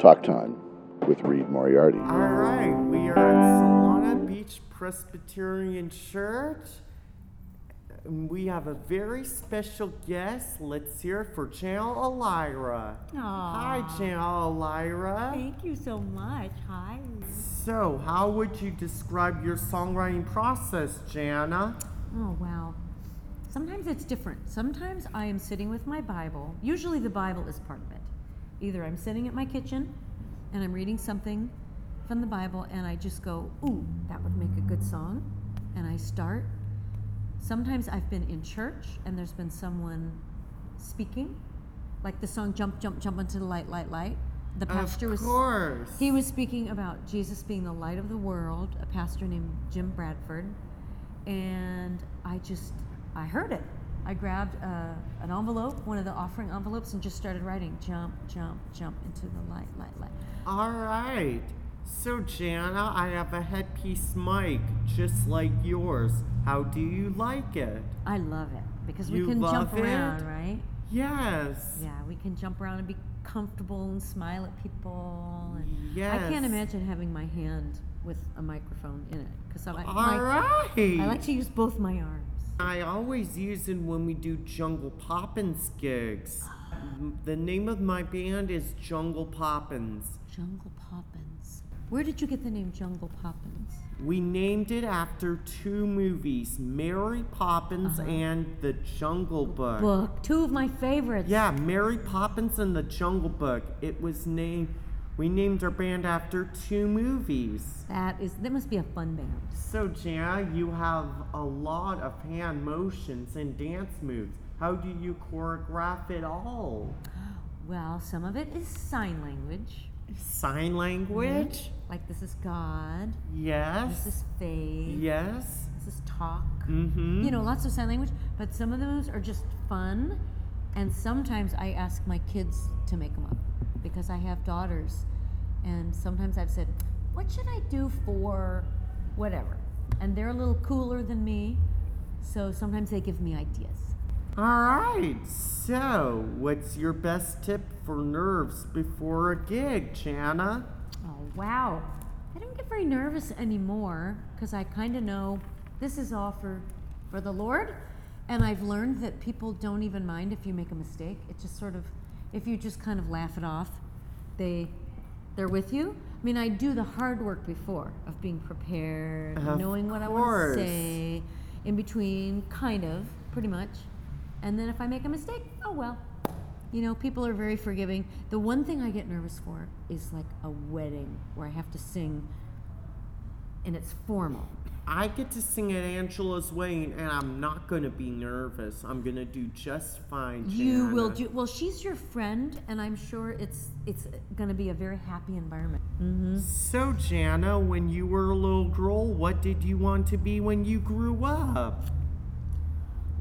Talk Time with Reed Moriarty. All right, we are at Solana Beach Presbyterian Church. And We have a very special guest. Let's hear it for Channel Elira. Hi, Aw. Channel Elira. Thank you so much. Hi. So, how would you describe your songwriting process, Jana? Oh, wow. Sometimes it's different. Sometimes I am sitting with my Bible. Usually the Bible is part of it. Either I'm sitting at my kitchen and I'm reading something from the Bible and I just go, ooh, that would make a good song. And I start. Sometimes I've been in church and there's been someone speaking, like the song Jump, Jump, Jump into the Light, Light, Light. The pastor of was course. He was speaking about Jesus being the light of the world, a pastor named Jim Bradford. And I just, I heard it. I grabbed uh, an envelope, one of the offering envelopes, and just started writing jump, jump, jump into the light, light, light. All right. So, Jana, I have a headpiece mic just like yours. How do you like it? I love it because we You can jump love it? around, right? Yes. Yeah, we can jump around and be comfortable and smile at people. And I Yes. can't imagine having my hand with a microphone in it because I, like- All my- right. I like to use both my arms. I always use it when we do Jungle Poppins gigs. The name of my band is Jungle Poppins. Jungle Poppins. Where did you get the name Jungle Poppins? We named it after two movies, Mary Poppins and The Jungle Book. Uh-huh. Book. Two of my favorites. Uh, Yeah, Mary Poppins and The Jungle Book. It was named, we named our band after two movies. That is. That must be a fun band. So, Jana, you have a lot of hand motions and dance moves. How do you choreograph it all? Well, some of it is sign language, Sign language? like this is God, this Yes. is faith, Yes. this is talk. Mm-hmm. You know, lots of sign language. But some of those are just fun, and sometimes I ask my kids to make them up because I have daughters, and sometimes I've said, "What should I do for whatever?" And they're a little cooler than me, so sometimes they give me ideas. All right. So, what's your best tip for nerves before a gig, Jana? Oh, wow. I don't get very nervous anymore because I kind of know this is all for, for the Lord. And I've learned that people don't even mind if you make a mistake. It just sort of, if you just kind of laugh it off, they, they're with you. I mean, I do the hard work before of being prepared, Of knowing what I want course. to say, in between, kind of, pretty much. And then if I make a mistake, oh well, you know, people are very forgiving. The one thing I get nervous for is like a wedding where I have to sing and it's formal. I get to sing at Angela's wedding, and I'm not going to be nervous. I'm going to do just fine, Jana. You will do well, she's your friend and I'm sure it's it's going to be a very happy environment. Mhm. So, Jana, when you were a little girl, what did you want to be when you grew up?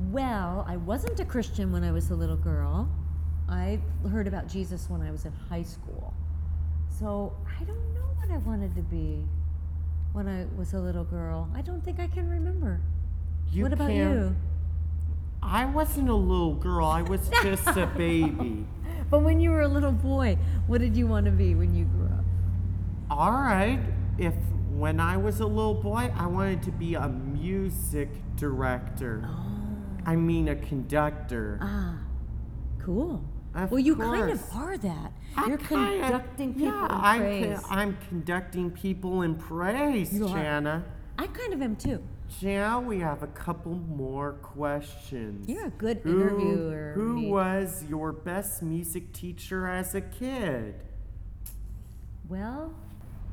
Well, I wasn't a Christian when I was a little girl. I heard about Jesus when I was in high school. So, I don't know what I wanted to be when I was a little girl. I don't think I can remember. You what about can't- you? I wasn't a little girl. I was just a baby. But when you were a little boy, what did you want to be when you grew up? All right. If when I was a little boy, I wanted to be a music director. Oh. I mean, a conductor. Ah, cool. Of well, you kind of course. are that. I Uh, You're kinda- conducting people yeah, in I'm, con- praise. I'm conducting people in praise, You are. Jana. I kind of am too. Now we have a couple more questions. You're a good Who- interviewer. Who Reed. was your best music teacher as a kid? Well,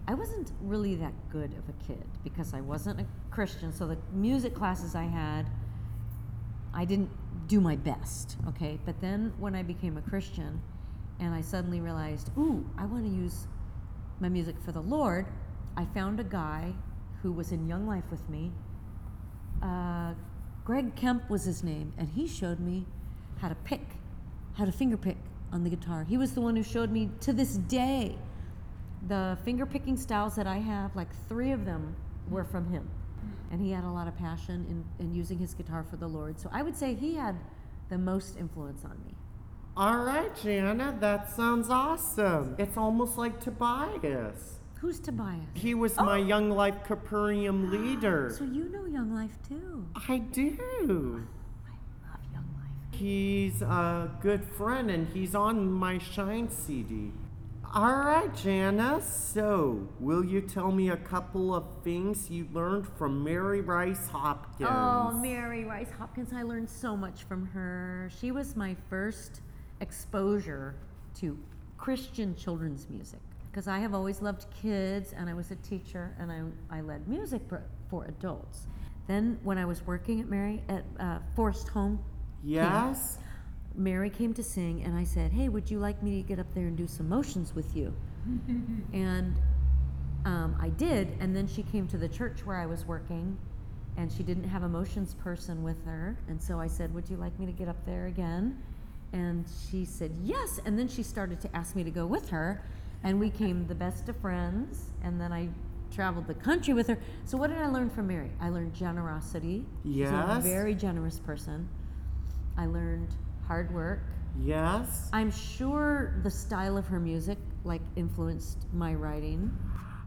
I wasn't really that good of a kid because I wasn't a Christian. So the music classes I had, I didn't do my best, okay? But then when I became a Christian and I suddenly realized, ooh, I want to use my music for the Lord, I found a guy who was in Young Life with me. Uh, Greg Kemp was his name, and he showed me how to pick, how to finger pick on the guitar. He was the one who showed me to this day the finger picking styles that I have, like three of them were from him. And he had a lot of passion in, in using his guitar for the Lord. So I would say he had the most influence on me. All right, Jana, that sounds awesome. It's almost like Tobias. Who's Tobias? He was my Young Life Capurium leader. Oh. So you know Young Life too. I do. I love Young Life. He's a good friend and he's on my Shine CD. All right, Jana, so will you tell me a couple of things you learned from Mary Rice Hopkins? Oh, Mary Rice Hopkins, I learned so much from her. She was my first exposure to Christian children's music because I have always loved kids and I was a teacher and I, I led music for, for adults. Then when I was working at Mary at uh, Forest Home, Yes? Mary came to sing and I said, "Hey, would you like me to get up there and do some motions with you?" and um, I did. And then she came to the church where I was working, and she didn't have a motions person with her. And so I said, Would you like me to get up there again? And she said, Yes. And then she started to ask me to go with her. And we came the best of friends. And then I traveled the country with her. So, what did I learn from Mary? I learned generosity. She's a Yes. very generous person. I learned hard work. Yes? I'm sure the style of her music like influenced my writing.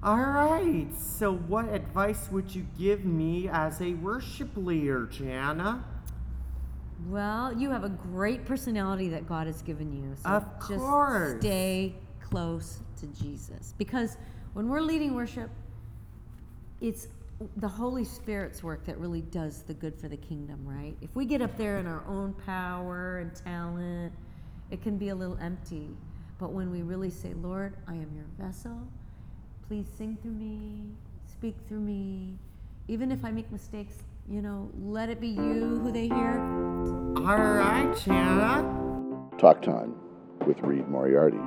All right. So, what advice would you give me as a worship leader, Jana? Well, you have a great personality that God has given you. So Of just course. stay close to Jesus because when we're leading worship, it's the Holy Spirit's work that really does the good for the kingdom, right? If we get up there in our own power and talent, it can be a little empty. But when we really say, Lord, I am your vessel, please sing through me, speak through me. Even if I make mistakes, you know, let it be you who they hear. All right, Jana. Talk Time with Reed Moriarty.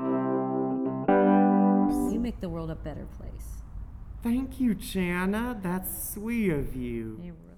You make the world a better place. Thank you, Jana. That's sweet of you. You're